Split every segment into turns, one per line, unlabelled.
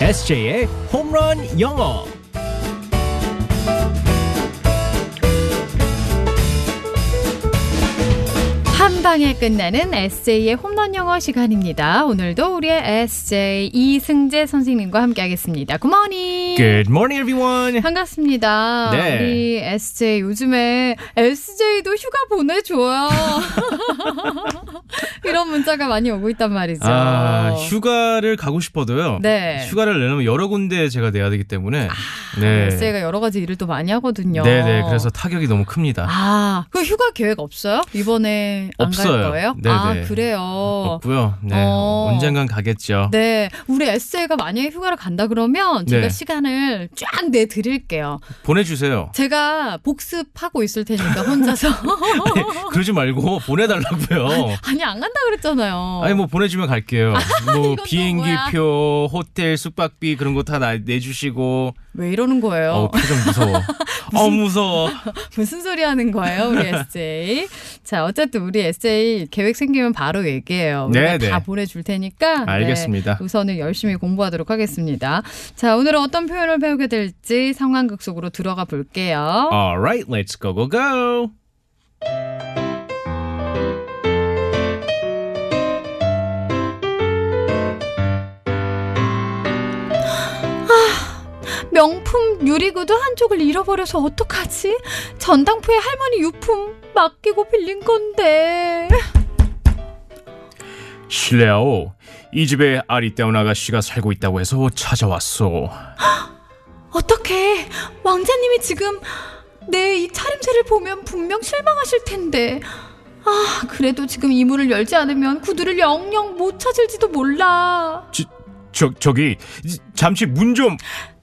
SJ의 홈런 영어.
한 방에 끝나는 SJ의 홈런 영어 시간입니다. 오늘도 우리의 SJ 이승재 선생님과 함께하겠습니다. 굿모닝.
Good morning, everyone.
반갑습니다.
네.
우리 SJ 요즘에 SJ도 휴가 보내줘요. 이런 문자가 많이 오고 있단 말이죠.
아, 휴가를 가고 싶어도요.
네. 아,
휴가를 내려면 여러 군데 제가 내야 되기 때문에. 네.
SJ가 여러 가지 일을 또 많이 하거든요.
네네. 그래서 타격이 너무 큽니다.
아, 그 휴가 계획 없어요? 이번에 안 갈
없어요.
거예요?
네네.
아, 그래요.
없고요. 네.
어.
언젠간 가겠죠.
네, 우리 에세이가 만약에 휴가를 간다 그러면 제가
네.
시간을 쫙 내드릴게요.
보내주세요.
제가 복습하고 있을 테니까 혼자서 어.
그러지 말고 보내달라고요.
아니 안 간다 그랬잖아요.
아니 뭐 보내주면 갈게요. 뭐
어. 이건 또
비행기표, 호텔, 숙박비 그런 거 다 내주시고.
왜 이러는 거예요?
어 표정 무서워. 어 무서워.
무슨 소리 하는 거예요, 우리 에세이? 자, 어쨌든 우리 에세이 계획 생기면 바로 얘기해요. 우리가
네, 네.
다 보내줄 테니까. 네,
알겠습니다.
우선은 열심히 공부하도록 하겠습니다. 자, 오늘은 어떤 표현을 배우게 될지 상황극 속으로 들어가 볼게요.
Alright, let's go go go.
명품 유리구두 한쪽을 잃어버려서 어떡하지? 전당포에 할머니 유품 맡기고 빌린 건데.
실례하오. 이 집에 아리따운 아가씨가 살고 있다고 해서 찾아왔소.
어떡해. 왕자님이 지금 내 이 차림새를 보면 분명 실망하실 텐데. 아, 그래도 지금 이문을 열지 않으면 구두를 영영 못 찾을지도 몰라.
저 저기 지- 잠시 문 좀.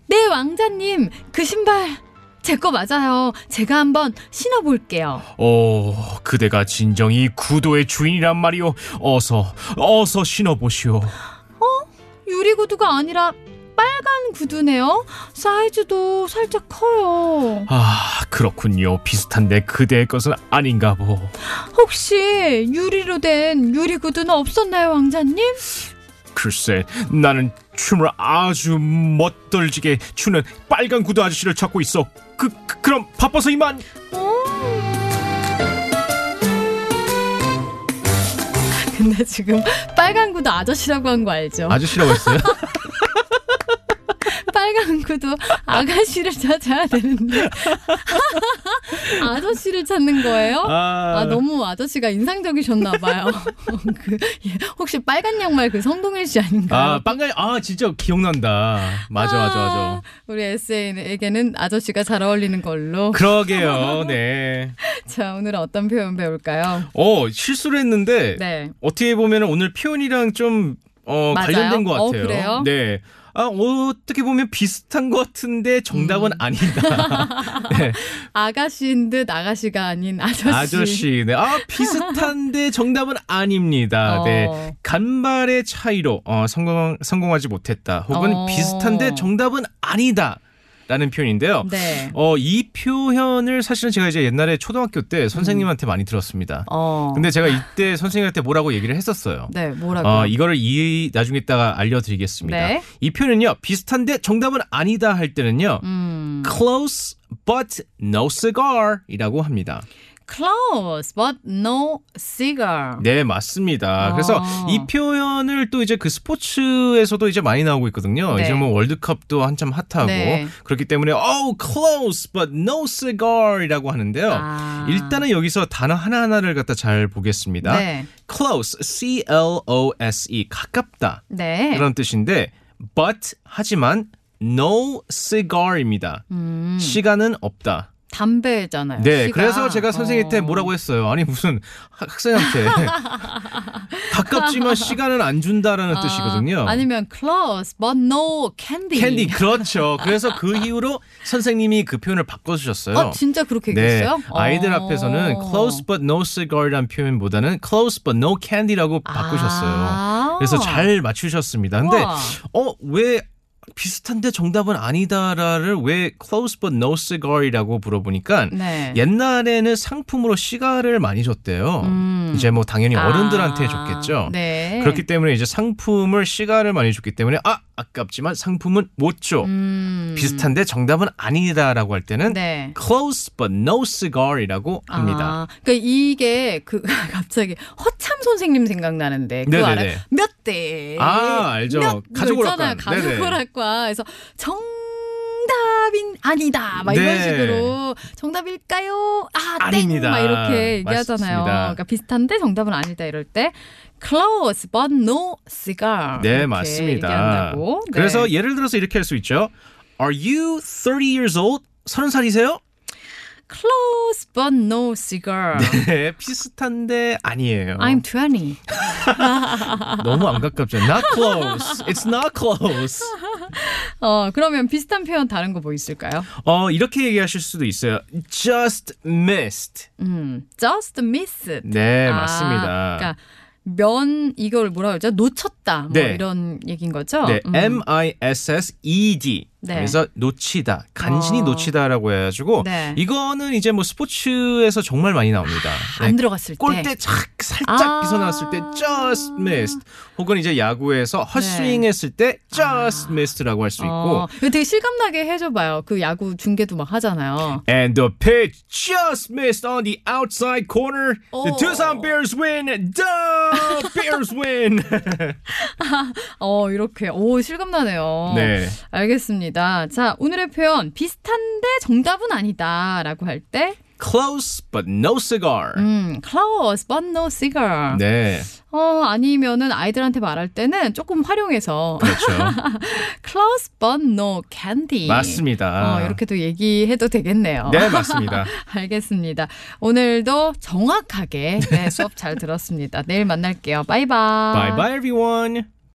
네, 왕자님. 그 신발. 제 거 맞아요. 제가 한번 신어볼게요.
어, 그대가 진정이 구도의 주인이란 말이오. 어서 어서 신어 보시오.
유리구두가 아니라 빨간 구두네요. 사이즈도 살짝 커요.
아, 그렇군요. 비슷한데 그대의 것은 아닌가 보.
혹시 유리로 된 유리구두는 없었나요, 왕자님?
글쎄, 나는 춤을 아주 멋들지게 추는 빨간 구두 아저씨를 찾고 있어. 그, 그 그럼 바빠서 이만.
어? 아, 근데 지금 빨간 구두 아저씨라고 한 거 알죠?
아저씨라고 했어요?
빨간 구두 아가씨를 찾아야 되는데 아저씨를 찾는 거예요? 아 너무 아저씨가 인상적이셨나 봐요. 그, 예, 혹시 빨간 양말 그 성동일 씨 아닌가요?
아, 빵가 아, 진짜 기억난다. 맞아, 맞아,
아,
맞아.
우리 에세이에게는 아저씨가 잘 어울리는 걸로.
그러게요, 네.
자 오늘은 어떤 표현 배울까요?
어, 실수를 했는데,
네.
어떻게 보면 오늘 표현이랑 좀, 어,
맞아요?
관련된 것
어,
같아요.
그래요?
네. 아, 어떻게 보면 비슷한 것 같은데
음.
정답은 아니다. 네.
아가씨인 듯 아가씨가 아닌 아저씨.
아저씨, 네. 아, 비슷한데 정답은 아닙니다. 네.
어.
간발의 차이로 어, 성공, 성공하지 못했다. 혹은
어.
비슷한데 정답은 아니다. 라는 표현인데요.
네.
어, 이 표현을 사실은 제가 이제 옛날에 초등학교 때 선생님한테 많이 들었습니다.
어.
근데 제가 이때 선생님한테 뭐라고 얘기를 했었어요.
네, 뭐라고?
어, 이거를 이 나중에 있다가 알려드리겠습니다.
네.
이 표현은요, 비슷한데 정답은 아니다 할 때는요,
음.
close but no cigar 이라고 합니다.
Close but no cigar.
네, 맞습니다.
어.
그래서 이 표현을 또 이제 그 스포츠에서도 이제 많이 나오고 있거든요.
네.
이제 뭐 월드컵도 한참 핫하고
네.
그렇기 때문에 oh close but no cigar이라고 하는데요.
아.
일단은 여기서 단어 하나하나를 갖다 잘 보겠습니다.
네.
close, c l o s e 가깝다
네.
그런 뜻인데 but 하지만 no cigar입니다.
음,
시간은 없다.
담배잖아요.
네,
씨가.
그래서 제가 선생님한테
어.
뭐라고 했어요. 아니 무슨 학- 학생한테 가깝지만 시간은 안 준다라는
아,
뜻이거든요.
아니면 네. close but no candy.
캔디 그렇죠. 그래서 그 이후로 선생님이 그 표현을 바꿔주셨어요.
어, 진짜 그렇게
네,
얘기했어요?
아이들
어.
앞에서는 close but no cigar이란 표현보다는 close but no candy라고 바꾸셨어요.
아.
그래서 잘 맞추셨습니다. 근데
우와.
어 왜 비슷한데 정답은 아니다라를 왜 close but no cigar이라고 물어보니까
네.
옛날에는 상품으로 시가를 많이 줬대요.
음.
어, 이제 뭐 당연히 어른들한테
아.
줬겠죠.
네.
그렇기 때문에 이제 상품을 시가를 많이 줬기 때문에 아 아깝지만 상품은 못 줘.
음.
비슷한데 정답은 아니다라고 할 때는
네.
close but no cigar이라고 합니다.
아, 그러니까 이게 그 갑자기 허참 선생님 생각나는데 그거
네네네.
알아요? 몇 대?
아, 알죠.
몇, 뭐
가족
있잖아요.
오락관. 네네.
가족 오락관. 그래서 정답인 아니다. 막 이런
네.
식으로 정답일까요? 아,
아닙니다.
땡. 막 이렇게 얘기하잖아요.
맞습니다.
그러니까 비슷한데 정답은 아니다 이럴 때 close but no cigar.
네,
이렇게
맞습니다.
얘기한다고. 네.
그래서 예를 들어서 이렇게 할 수 있죠. Are you 30 years old? 서른 살이세요?
close but no cigar.
네, 어. 비슷한데 아니에요.
I'm 20.
너무 안 가깝죠. Not close. It's not close.
어, 그러면 비슷한 표현 다른 거 뭐 있을까요?
어, 이렇게 얘기하실 수도 있어요. Just missed.
음, just missed.
네,
아,
맞습니다.
그러니까 면 이걸 뭐라 그러죠? 놓쳤다. 뭐
네.
이런 얘기인 거죠?
네,
음.
M I S S E D.
네.
그래서 놓치다, 간신히
어.
놓치다라고 해가지고
네.
이거는 이제 뭐 스포츠에서 정말 많이 나옵니다. 네,
안 들어갔을 때.
골대 착 살짝
아.
비서나왔을 때 just missed 혹은 이제 야구에서 헛스윙 했을 때 just missed라고 할 수 있고
네. 아. 어, 이거 되게 실감나게 해줘봐요. 그 야구 중계도 막 하잖아요.
and the pitch just missed on the outside corner the
어.
Tucson Bears win the Bears win
어, 이렇게. 오, 실감나네요.
네
알겠습니다. 자, 오늘의 표현. 비슷한데 정답은 아니다. 라고 할 때,
close but no cigar
음, close but no cigar.
네
어, 아니면은 아이들한테 말할 때는 조금 활용해서
그렇죠
close but no candy.
맞습니다
예. 어, 이렇게도 아. 얘기해도 되겠네요.
네 맞습니다
알겠습니다. 오늘도 정확하게 네, 수업 잘 들었습니다. 내일 만날게요. 바이바이.
bye bye everyone